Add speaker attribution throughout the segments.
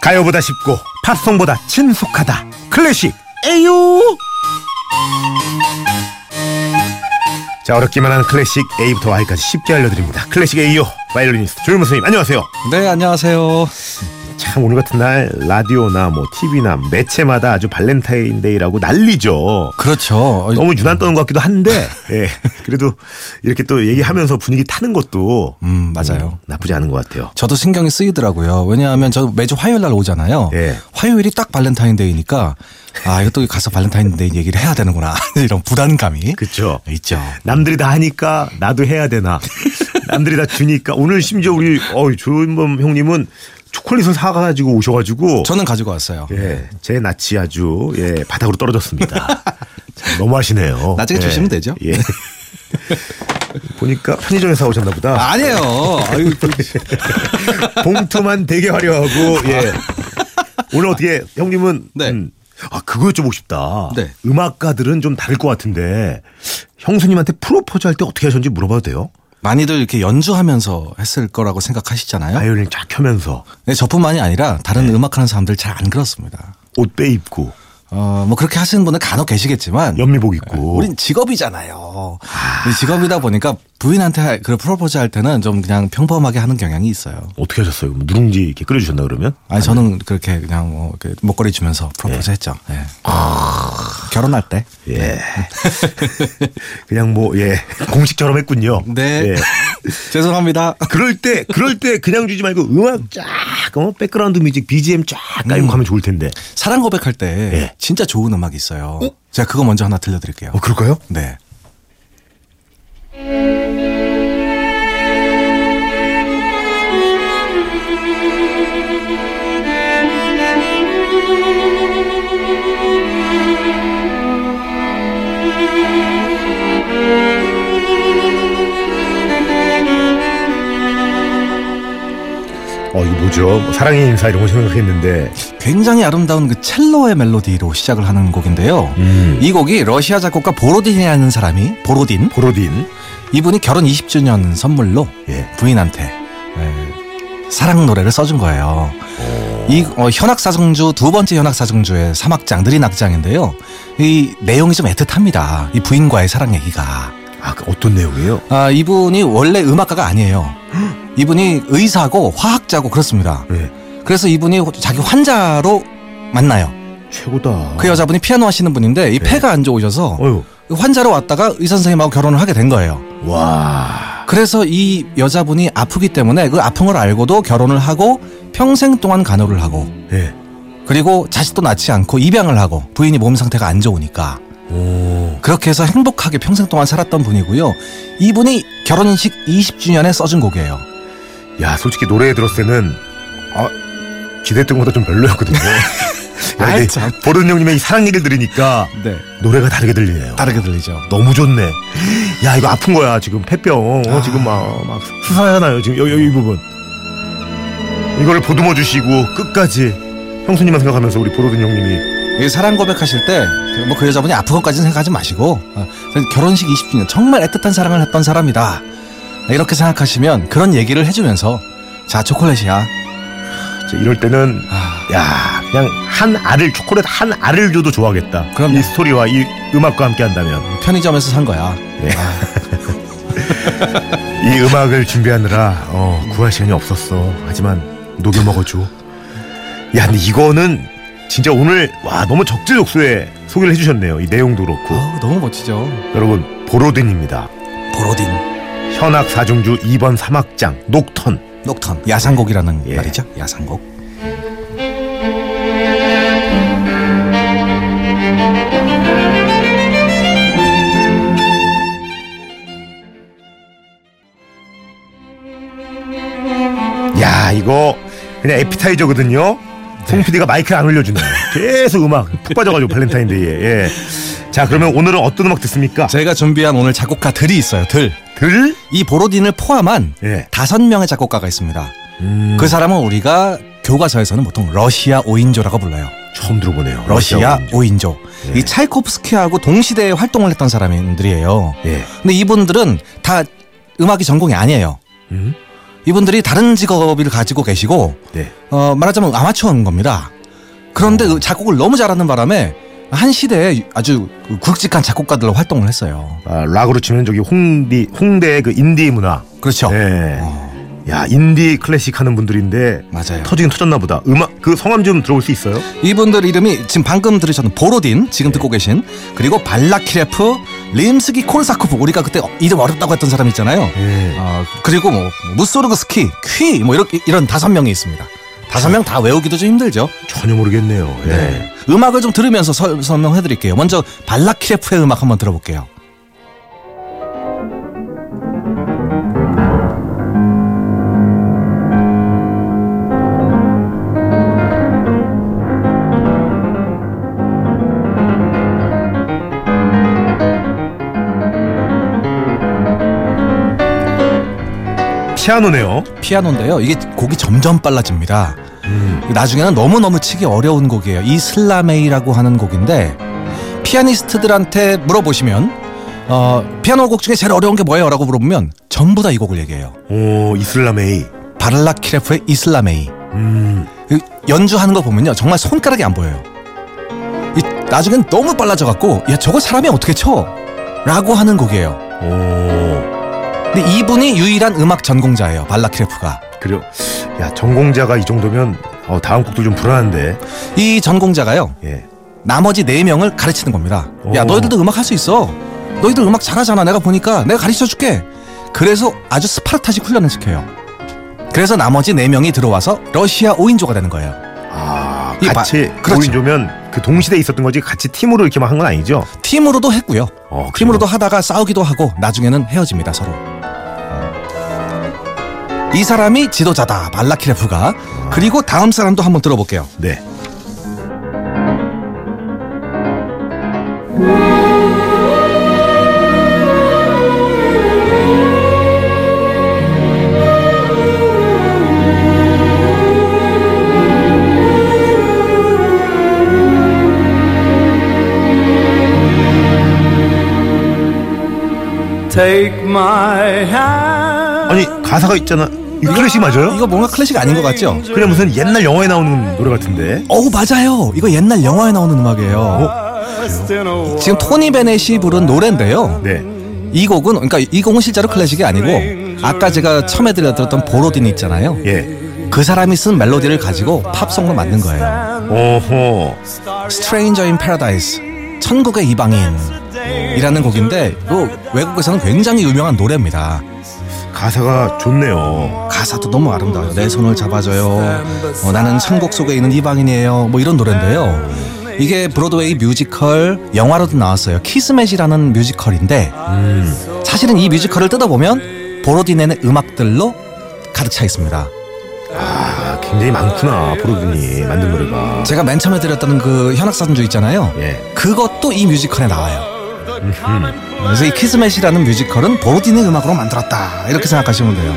Speaker 1: 가요보다 쉽고 팝송보다 친숙하다 클래식 에유 자 어렵기만 한 클래식 A부터 Y까지 쉽게 알려드립니다 클래식 A요 바이올리니스트 조윤무 선생님 안녕하세요
Speaker 2: 네, 안녕하세요.
Speaker 1: 참 오늘 같은 날 라디오나 뭐 TV나 매체마다 아주 발렌타인데이라고 난리죠
Speaker 2: 그렇죠. 어,
Speaker 1: 너무 유난 떠는 것 같기도 한데 예 그래도 이렇게 또 얘기하면서 분위기 타는 것도
Speaker 2: 음, 맞아요.
Speaker 1: 나쁘지 않은 것 같아요
Speaker 2: 저도 신경이 쓰이더라고요. 왜냐하면 저 매주 화요일 날 오잖아요.
Speaker 1: 예.
Speaker 2: 화요일이 딱 발렌타인데이니까 아, 이거 또 가서 발렌타인데이 얘기를 해야 되는구나. 이런 부담감이
Speaker 1: 그렇죠
Speaker 2: 있죠.
Speaker 1: 남들이 다 하니까 나도 해야 되나. 남들이 다 주니까 오늘 심지어 우리 어 조은범 형님은 초콜릿을 사가지고 오셔가지고
Speaker 2: 저는 가지고 왔어요.
Speaker 1: 예, 제 낯이 아주 예 바닥으로 떨어졌습니다. 참 너무하시네요.
Speaker 2: 나중에
Speaker 1: 예,
Speaker 2: 주시면 되죠.
Speaker 1: 예. 보니까 편의점에서 오셨나 보다.
Speaker 2: 아, 니에요
Speaker 1: 봉투만 되게 화려하고 예. 오늘 어떻게 형님은
Speaker 2: 네.
Speaker 1: 아 그거 여쭤보고 싶다.
Speaker 2: 네.
Speaker 1: 음악가들은 좀 다를 것 같은데 형수님한테 프로포즈 할 때 어떻게 하셨는지 물어봐도 돼요?
Speaker 2: 많이들 이렇게 연주하면서 했을 거라고 생각하시잖아요.
Speaker 1: 바이올린 쫙 켜면서
Speaker 2: 네, 저뿐만이 아니라 다른 음악하는 사람들 잘 안 그렇습니다.
Speaker 1: 옷 빼입고
Speaker 2: 어, 뭐 그렇게 하시는 분은 간혹 계시겠지만
Speaker 1: 연미복 입고
Speaker 2: 우린 직업이잖아요. 이 직업이다 보니까 부인한테 그 프로포즈 할 때는 좀 그냥 평범하게 하는 경향이 있어요.
Speaker 1: 어떻게 하셨어요? 뭐 누룽지 이렇게 끓여주셨나 그러면?
Speaker 2: 아니 저는 그렇게 그냥 뭐 이렇게 목걸이 주면서 프로포즈 했죠. 예. 아. 결혼할 때.
Speaker 1: 예. 그냥 뭐 예 공식처럼 했군요.
Speaker 2: 네.
Speaker 1: 예.
Speaker 2: 죄송합니다.
Speaker 1: 그럴 때 그럴 때 그냥 주지 말고 음악 쫙 어, 백그라운드 뮤직 BGM 쫙 깔고 가면 좋을 텐데.
Speaker 2: 사랑 고백할 때
Speaker 1: 예.
Speaker 2: 진짜 좋은 음악이 네. 있어요. 제가 그거 먼저 하나 들려드릴게요.
Speaker 1: 어 그럴까요?
Speaker 2: 네.
Speaker 1: 어 이거 뭐죠? 뭐 사랑의 인사 이런 거 생각했는데.
Speaker 2: 굉장히 아름다운 그 첼로의 멜로디로 시작을 하는 곡인데요.
Speaker 1: 음.
Speaker 2: 이 곡이 러시아 작곡가 보로딘이라는 사람이 보로딘
Speaker 1: 보로딘.
Speaker 2: 이분이 결혼 20주년 선물로
Speaker 1: 예.
Speaker 2: 부인한테 예, 사랑 노래를 써준 거예요. 이 어, 현악사정주 두 번째 현악사정주의 사막장 느린 악장인데요. 이 내용이 좀 애틋합니다. 이 부인과의 사랑 얘기가.
Speaker 1: 아그 어떤 내용이에요?
Speaker 2: 아 이분이 원래 음악가가 아니에요. 이분이 의사고 화학자고 그렇습니다.
Speaker 1: 예.
Speaker 2: 그래서 이분이 자기 환자로 만나요.
Speaker 1: 최고다.
Speaker 2: 그 여자분이 피아노 하시는 분인데 이 폐가 안 좋으셔서
Speaker 1: 어유.
Speaker 2: 환자로 왔다가 의사 선생님하고 결혼을 하게 된 거예요.
Speaker 1: 와.
Speaker 2: 그래서 이 여자분이 아프기 때문에 그 아픈 걸 알고도 결혼을 하고 평생 동안 간호를 하고
Speaker 1: 예.
Speaker 2: 그리고 자식도 낳지 않고 입양을 하고 부인이 몸 상태가 안 좋으니까
Speaker 1: 오.
Speaker 2: 그렇게 해서 행복하게 평생 동안 살았던 분이고요. 이분이 결혼식 20주년에 써준 곡이에요.
Speaker 1: 야 솔직히 노래 들었을 때는 아 기대했던 것보다 좀 별로였거든요.
Speaker 2: 아이,
Speaker 1: 근데
Speaker 2: 참.
Speaker 1: 보른 형님의 이 사랑 얘기를 들으니까
Speaker 2: 네.
Speaker 1: 노래가 다르게 들리네요.
Speaker 2: 다르게 들리죠.
Speaker 1: 너무 좋네. 야 이거 아픈 거야 지금 폐병 어,
Speaker 2: 아.
Speaker 1: 지금 막, 막 수사하잖아요 지금 여기 여기 이 부분 이거를 보듬어 주시고 끝까지 형수님만 생각하면서 우리 보로든 형님이
Speaker 2: 이 사랑 고백하실 때 뭐 그 여자분이 아픈 것까지는 생각하지 마시고 어, 결혼식 20주년 정말 애틋한 사랑을 했던 사람이다 이렇게 생각하시면 그런 얘기를 해주면서 자 초콜릿이야
Speaker 1: 자, 이럴 때는
Speaker 2: 아,
Speaker 1: 야 그냥 한 알을 초콜릿 한 알을 줘도 좋아하겠다.
Speaker 2: 그럼요.
Speaker 1: 이 스토리와 이 음악과 함께 한다면
Speaker 2: 편의점에서 산 거야
Speaker 1: 이 음악을 준비하느라 어, 구할 시간이 없었어. 하지만 녹여 먹어줘. 야 근데 이거는 진짜 오늘 와 너무 적재적소에 소개를 해주셨네요. 이 내용도 그렇고
Speaker 2: 어우, 너무 멋지죠
Speaker 1: 여러분 보로딘입니다.
Speaker 2: 보로딘
Speaker 1: 현악 사중주 2번 사막장 녹턴
Speaker 2: 녹턴 야상곡이라는
Speaker 1: 예.
Speaker 2: 말이죠 야상곡
Speaker 1: 야 이거 그냥 에피타이저거든요
Speaker 2: 네.
Speaker 1: 송 PD가 마이크를 안 올려주네요 계속 음악 푹 빠져가지고 발렌타인데이에 예. 자 그러면 오늘은 어떤 음악 듣습니까
Speaker 2: 제가 준비한 오늘 작곡가 들이 있어요 들이
Speaker 1: 들?
Speaker 2: 보로딘을 포함한
Speaker 1: 예.
Speaker 2: 다섯 명의 작곡가가 있습니다
Speaker 1: 음,
Speaker 2: 그 사람은 우리가 교과서에서는 보통 러시아 오인조라고 불러요
Speaker 1: 처음 들어보네요
Speaker 2: 러시아
Speaker 1: 오인조.
Speaker 2: 오인조.
Speaker 1: 예.
Speaker 2: 이 차이코프스키하고 동시대에 활동을 했던 사람들이에요.
Speaker 1: 예.
Speaker 2: 근데 이분들은 다 음악이 전공이 아니에요.
Speaker 1: 음?
Speaker 2: 이분들이 다른 직업을 가지고 계시고
Speaker 1: 네.
Speaker 2: 어, 말하자면 아마추어인 겁니다. 그런데 그 작곡을 너무 잘하는 바람에 한 시대에 아주 그 굵직한 작곡가들로 활동을 했어요.
Speaker 1: 아, 락으로 치면 저기 홍디 홍대의 그 인디 문화.
Speaker 2: 그렇죠.
Speaker 1: 네.
Speaker 2: 어,
Speaker 1: 야 인디 클래식 하는 분들인데
Speaker 2: 맞아요.
Speaker 1: 터지긴 터졌나 보다. 음악 그 성함 좀 들어볼 수 있어요?
Speaker 2: 이분들 이름이 지금 방금 들으셨던 보로딘 지금 듣고
Speaker 1: 네.
Speaker 2: 계신 그리고 발라키레프 림스키 콜사코프 우리가 그때 이름 어렵다고 했던 사람 있잖아요.
Speaker 1: 예.
Speaker 2: 어, 그리고 뭐 무소르그스키, 퀴 뭐 이렇게 이런 다섯 명이 있습니다. 다섯 명 다 외우기도 좀 힘들죠.
Speaker 1: 전혀 모르겠네요. 예.
Speaker 2: 네. 음악을 좀 들으면서 설- 설명해드릴게요. 먼저 발라키레프의 음악 한번 들어볼게요.
Speaker 1: 피아노네요.
Speaker 2: 피아노인데요. 이게 곡이 점점 빨라집니다.
Speaker 1: 음.
Speaker 2: 나중에는 너무너무 치기 어려운 곡이에요. 이 슬라메이라고 하는 곡인데 피아니스트들한테 물어보시면 어, 피아노 곡 중에 제일 어려운 게 뭐예요? 라고 물어보면 전부 다 이 곡을 얘기해요.
Speaker 1: 오 이슬람의.
Speaker 2: 바를라키레프의 이슬라메이.
Speaker 1: 음.
Speaker 2: 그 연주하는 거 보면요. 정말 손가락이 안 보여요. 이, 나중엔 너무 빨라져 갖고 야 저거 사람이 어떻게 쳐? 라고 하는 곡이에요.
Speaker 1: 오.
Speaker 2: 근데 이분이 유일한 음악 전공자예요. 발라키레프가.
Speaker 1: 그리고 야 전공자가 이 정도면 어, 다음 곡도 좀 불안한데.
Speaker 2: 이 전공자가요.
Speaker 1: 예. 나
Speaker 2: 나머지 네명을 가르치는 겁니다. 야,
Speaker 1: 오.
Speaker 2: 너희들도 음악 할 수 있어. 너희들 음악 잘하잖아. 내가 보니까 내가 가르쳐 줄게. 그래서 아주 스파르타식 훈련을 시켜요. 그래서 나머지 네명이 들어와서 러시아 5인조가 되는 거예요.
Speaker 1: 아
Speaker 2: 이 마-
Speaker 1: 같이
Speaker 2: 그렇죠.
Speaker 1: 모인조면 그 동시대에 있었던 거지 같이 팀으로 이렇게 막 한 건 아니죠?
Speaker 2: 팀으로도 했고요.
Speaker 1: 어,
Speaker 2: 팀으로도 하다가 싸우기도 하고 나중에는 헤어집니다, 서로. 이 사람이 지도자다. 발라키레프가. 그리고 다음 사람도 한번 들어볼게요.
Speaker 1: 네.
Speaker 3: Take my hand.
Speaker 1: 아니 가사가 있잖아. 이 클래식 맞아요? 네.
Speaker 2: 이거 뭔가 클래식 아닌 것 같죠?
Speaker 1: 그냥 무슨 옛날 영화에 나오는 노래 같은데.
Speaker 2: 어우 맞아요. 이거 옛날 영화에 나오는 음악이에요.
Speaker 1: 어?
Speaker 3: Lost in a world
Speaker 2: 지금 토니 베넷이 부른 노래인데요.
Speaker 1: 네.
Speaker 2: 이 곡은 그러니까 이 곡은 실제로 클래식이 아니고 아까 제가 처음에 들려드렸던 보로딘 있잖아요.
Speaker 1: 예.
Speaker 2: 그 사람이 쓴 멜로디를 가지고 팝송으로 만든 거예요. 어,
Speaker 1: 오호.
Speaker 2: Stranger in Paradise, 천국의 이방인이라는 곡인데 이거 외국에서는 굉장히 유명한 노래입니다.
Speaker 1: 가사가 좋네요.
Speaker 2: 가사도 너무 아름다워요. 내 손을 잡아줘요. 어, 나는 천국 속에 있는 이방인이에요. 뭐 이런 노래인데요. 이게 브로드웨이 뮤지컬 영화로도 나왔어요. 키스맷이라는 뮤지컬인데 사실은 이 뮤지컬을 뜯어보면 보로디네의 음악들로 가득 차 있습니다.
Speaker 1: 아 굉장히 많구나 보로딘이 만든 노래가.
Speaker 2: 제가 맨 처음에 드렸던 그 현악사전주 있잖아요.
Speaker 1: 예.
Speaker 2: 그것도 이 뮤지컬에 나와요. 그래서 이 키스맷이라는 뮤지컬은 보로디네 음악으로 만들었다 이렇게 생각하시면 돼요.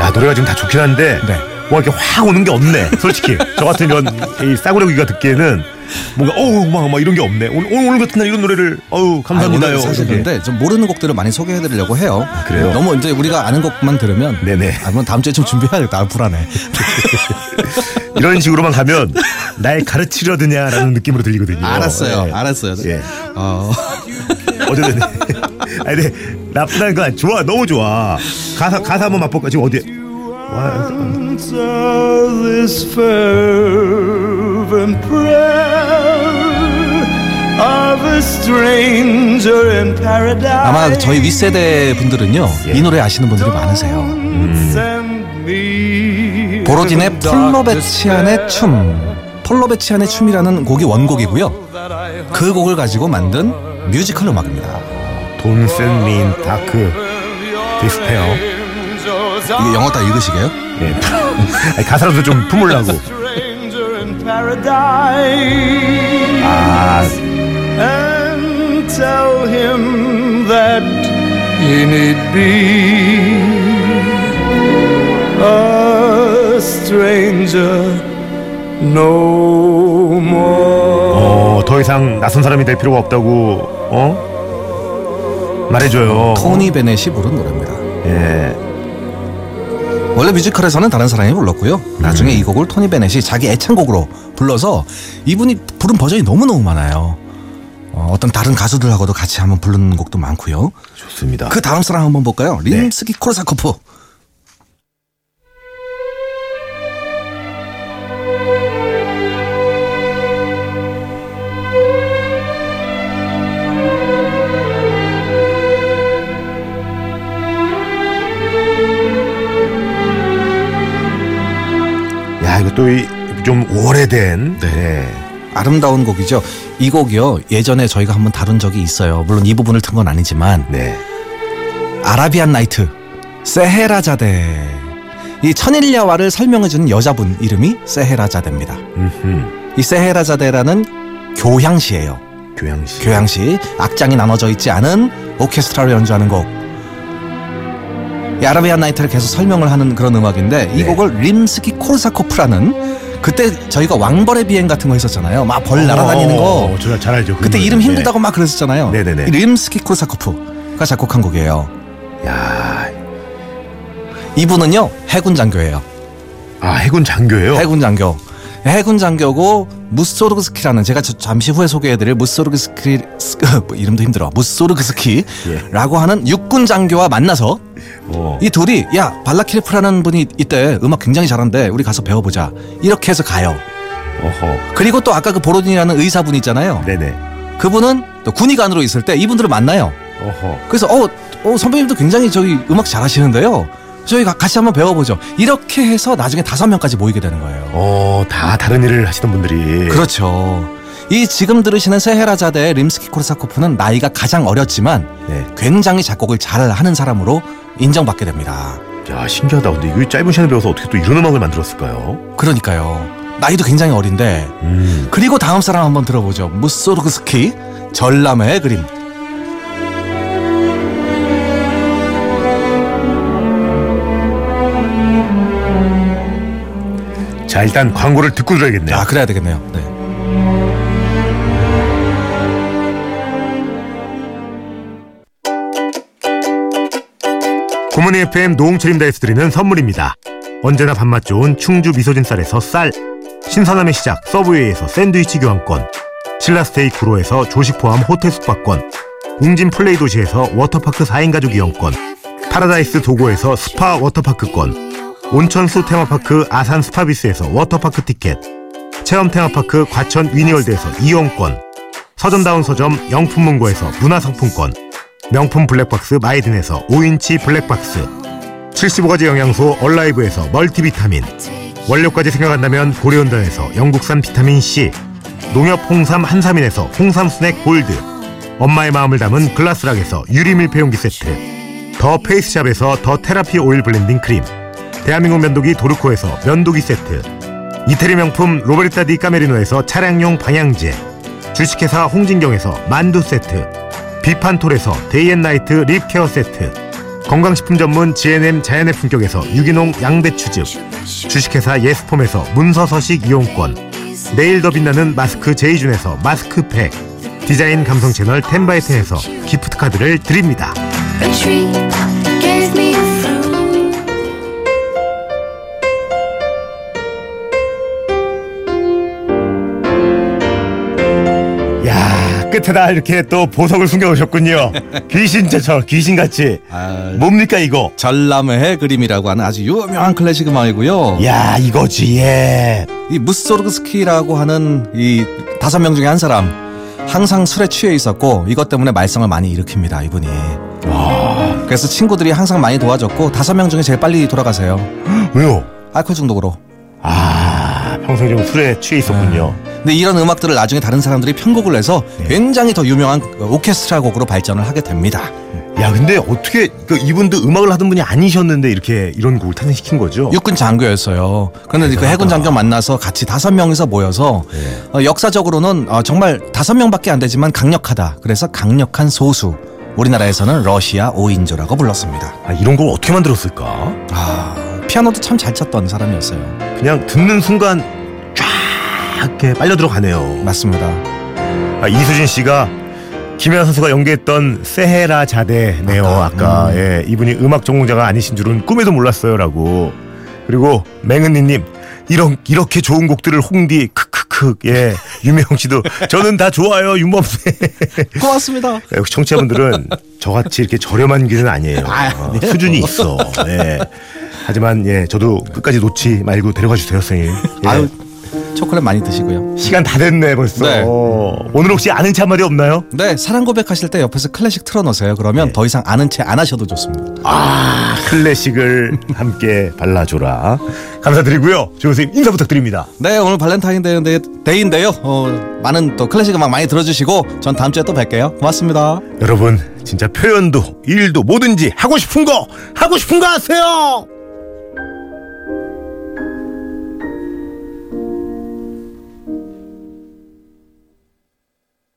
Speaker 1: 야 노래가 지금 다 좋긴 한데.
Speaker 2: 네.
Speaker 1: 뭐 이렇게 확 오는 게 없네. 솔직히 저 같은 이런 이 싸구려기가 듣기에는 뭔가 어우 막, 막 이런 게 없네. 오늘 오늘 오늘 같은 날 이런 노래를 어우 감사합니다요.
Speaker 2: 아니, 오늘 사실
Speaker 1: 이렇게. 아,
Speaker 2: 근데 좀 모르는 곡들을 많이 소개해드리려고 해요.
Speaker 1: 그래요?
Speaker 2: 너무 이제 우리가 아는 곡만 들으면
Speaker 1: 네네. 어,
Speaker 2: 아, 그럼 다음 주에 좀 준비해야겠다. 아, 불안해.
Speaker 1: 이런 식으로만 가면 날 가르치려드냐라는 느낌으로 들리거든요.
Speaker 2: 알았어요.
Speaker 1: 예.
Speaker 2: 알았어요.
Speaker 1: 예.
Speaker 2: 어,
Speaker 1: 어쨌든 아니 근데 나쁘다는 건 아니- 좋아 너무 좋아 가사 가사 한번 맛볼까 지금 어디 와
Speaker 3: Answer this fervent prayer of a stranger in paradise.
Speaker 2: 아마 저희 윗세대 분들은
Speaker 1: 예.
Speaker 2: 이 노래 아시는 분들이 많으세요. 보로딘의 폴로베치안의 춤. 폴로베치안의 춤이라는 곡이 원곡이고요. 그 곡을 가지고 만든 뮤지컬 음악입니다.
Speaker 1: 돈센 민 다크 그. 디스페어
Speaker 2: 이게 영어 다 읽으시게요?
Speaker 1: 예 아니, 가사라도 좀 품으려고
Speaker 3: Stranger in paradise.
Speaker 1: 아
Speaker 3: and tell him that he need be a stranger no more.
Speaker 1: 어, 더 이상 낯선 사람이 될 필요가 없다고 어 말해줘요
Speaker 2: 토니 베넷이 부른 노래입니다.
Speaker 1: 예
Speaker 2: 원래 뮤지컬에서는 다른 사람이 불렀고요. 나중에 이 곡을 토니 베넷이 자기 애창곡으로 불러서 이분이 부른 버전이 너무너무 많아요. 어, 어떤 다른 가수들하고도 같이 한번 부르는 곡도 많고요.
Speaker 1: 좋습니다.
Speaker 2: 그 다음 사람 한번 볼까요? 림스키 코르사코프. 그
Speaker 1: 야 이거 또 좀 오래된 네.
Speaker 2: 아름다운 곡이죠. 이 곡이요. 예전에 저희가 한번 다룬 적이 있어요. 물론 이 부분을 튼 건 아니지만
Speaker 1: 네.
Speaker 2: 아라비안 나이트 세헤라자데 이 천일야와를 설명해주는 여자분 이름이 세헤라자데입니다.
Speaker 1: 음흠.
Speaker 2: 이 세헤라자데라는 교향시예요.
Speaker 1: 교양시.
Speaker 2: 교향시 악장이 나눠져 있지 않은 오케스트라로 연주하는 곡. 이 아라비안 나이트를 계속 설명을 하는 그런 음악인데 이
Speaker 1: 네.
Speaker 2: 곡을 림스키 코르사코프라는 그때 저희가 왕벌의 비행 같은 거 했었잖아요. 막 벌 날아다니는 거.
Speaker 1: 어, 저잘 알죠. 그
Speaker 2: 그때 이름
Speaker 1: 네.
Speaker 2: 힘들다고 막 그랬었잖아요.
Speaker 1: 네네네.
Speaker 2: 이 림스키 코르사코프가 작곡한 곡이에요.
Speaker 1: 네. 야,
Speaker 2: 이분은요 해군 장교예요.
Speaker 1: 아 해군 장교예요.
Speaker 2: 해군 장교. 해군 장교고 무스소르그스키라는 제가 저- 잠시 후에 소개해드릴 무스소르그스키 스- 뭐 이름도 힘들어 무스소르그스키라고 하는 육군 장교와 만나서
Speaker 1: 어.
Speaker 2: 이 둘이 야 발라키레프라는 분이 이때 음악 굉장히 잘한데 우리 가서 배워보자 이렇게 해서 가요.
Speaker 1: 어허.
Speaker 2: 그리고 또 아까 그 보로딘이라는 의사분 있잖아요.
Speaker 1: 네네.
Speaker 2: 그분은 또 군의관으로 있을 때 이분들을 만나요.
Speaker 1: 어허.
Speaker 2: 그래서 어, 어, 선배님도 굉장히 저기 음악 잘하시는데요. 저희가 같이 한번 배워보죠. 이렇게 해서 나중에 다섯 명까지 모이게 되는 거예요.
Speaker 1: 어, 다 다른 일을 하시던 분들이.
Speaker 2: 그렇죠. 이 지금 들으시는 세헤라자데의 림스키 코르사코프는 나이가 가장 어렸지만
Speaker 1: 네.
Speaker 2: 굉장히 작곡을 잘하는 사람으로 인정받게 됩니다.
Speaker 1: 야 신기하다. 근데 이거 짧은 시간에 배워서 어떻게 또 이런 음악을 만들었을까요?
Speaker 2: 그러니까요. 나이도 굉장히 어린데
Speaker 1: 음.
Speaker 2: 그리고 다음 사람 한번 들어보죠. 무소르그스키 전람회의 그림.
Speaker 1: 자 일단 광고를 듣고 들어야겠네요.
Speaker 2: 아 그래야 되겠네요. 네.
Speaker 1: 고모니 FM 노홍철입니다에서 드리는 선물입니다. 언제나 밥맛 좋은 충주 미소진 쌀에서 쌀, 신선함의 시작 서브웨이에서 샌드위치 교환권, 신라스테이크 구로에서 조식 포함 호텔 숙박권, 웅진 플레이 도시에서 워터파크 4인 가족 이용권, 파라다이스 도고에서 스파 워터파크권, 온천수 테마파크 아산 스파비스에서 워터파크 티켓, 체험 테마파크 과천 위니월드에서 이용권, 서점다운 서점 영품문고에서 문화상품권, 명품 블랙박스 마이든에서 5인치 블랙박스 75가지 영양소 얼라이브에서 멀티비타민 원료까지 생각한다면 고려온단에서 영국산 비타민C 농협 홍삼 한삼인에서 홍삼 스낵 골드 엄마의 마음을 담은 글라스락에서 유리 밀폐용기 세트 더 페이스샵에서 더 테라피 오일 블렌딩 크림 대한민국 면도기 도르코에서 면도기 세트 이태리 명품 로베르타 디 까메리노에서 차량용 방향제 주식회사 홍진경에서 만두 세트 비판톨에서 데이앤나이트 립케어 세트 건강식품 전문 GNM 자연의 품격에서 유기농 양배추즙 주식회사 예스폼에서 문서서식 이용권 내일 더 빛나는 마스크 제이준에서 마스크팩 디자인 감성 채널 텐바이트에서 기프트 카드를 드립니다
Speaker 4: A tree gave me fruit.
Speaker 1: 야 끝에다 이렇게 또 보석을 숨겨오셨군요 귀신처럼 귀신같이 뭡니까 이거
Speaker 2: 전람회의 그림이라고 하는 아주 유명한 클래식 음악이고요.
Speaker 1: 야 이거지 예
Speaker 2: 이 무스소르그스키라고 하는 이 다섯 명 중에 한 사람 항상 술에 취해 있었고 이것 때문에 말썽을 많이 일으킵니다 이분이 그래서 친구들이 항상 많이 도와줬고 다섯 명 중에 제일 빨리 돌아가세요
Speaker 1: 왜요?
Speaker 2: 알코올 중독으로
Speaker 1: 아 평소에 좀 술에 취해 있었군요
Speaker 2: 근데 이런 음악들을 나중에 다른 사람들이 편곡을 해서 굉장히 더 유명한 오케스트라 곡으로 발전을 하게 됩니다
Speaker 1: 아. 야 근데 어떻게 그 이분도 음악을 하던 분이 아니셨는데 이렇게 이런 곡을 탄생시킨 거죠?
Speaker 2: 어. 육군 장교였어요 그런데 그 해군 장교 만나서 같이 다섯 명이서 모여서
Speaker 1: 네.
Speaker 2: 어, 역사적으로는 어, 정말 다섯 명밖에 안 되지만 강력하다. 그래서 강력한 소수. 우리나라에서는 러시아 오인조라고 불렀습니다.
Speaker 1: 아, 이런 걸 어떻게 만들었을까?
Speaker 2: 아, 피아노도 참 잘 쳤던 사람이었어요.
Speaker 1: 그냥 듣는 순간 쫙 이렇게 빨려 들어가네요.
Speaker 2: 맞습니다.
Speaker 1: 아, 이수진 씨가 김연아 선수가 연기했던 세헤라 자데네요.
Speaker 2: 아까, 음.
Speaker 1: 아까, 예, 이분이 음악 전공자가 아니신 줄은 꿈에도 몰랐어요라고. 그리고 맹은니님 이런 이렇게 좋은 곡들을 홍디 크크크 예 유명 씨도 저는 다 좋아요 윤범세
Speaker 2: 고맙습니다.
Speaker 1: 역시 청취자분들은 저같이 이렇게 저렴한 길은 아니에요 어,
Speaker 2: 네.
Speaker 1: 수준이 있어 예 하지만 예 저도 끝까지 놓지 말고 데려가 주세요 선생님 예.
Speaker 2: 아유 초콜릿 많이 드시고요.
Speaker 1: 시간 다 됐네 벌써
Speaker 2: 네.
Speaker 1: 어, 오늘 혹시 아는 체 한마디 없나요?
Speaker 2: 네 사랑 고백하실 때 옆에서 클래식 틀어놓으세요. 그러면 더 이상 아는 채 안 하셔도 좋습니다.
Speaker 1: 클래식을 함께 발라줘라 감사드리고요 조선생님 인사 부탁드립니다
Speaker 2: 네 오늘 발렌타인 데이인데, 데이인데요. 어, 많은 또 클래식 음악 많이 들어주시고 전 다음 주에 또 뵐게요. 고맙습니다.
Speaker 1: 여러분 진짜 표현도 일도 뭐든지 하고 싶은 거 하고 싶은 거 하세요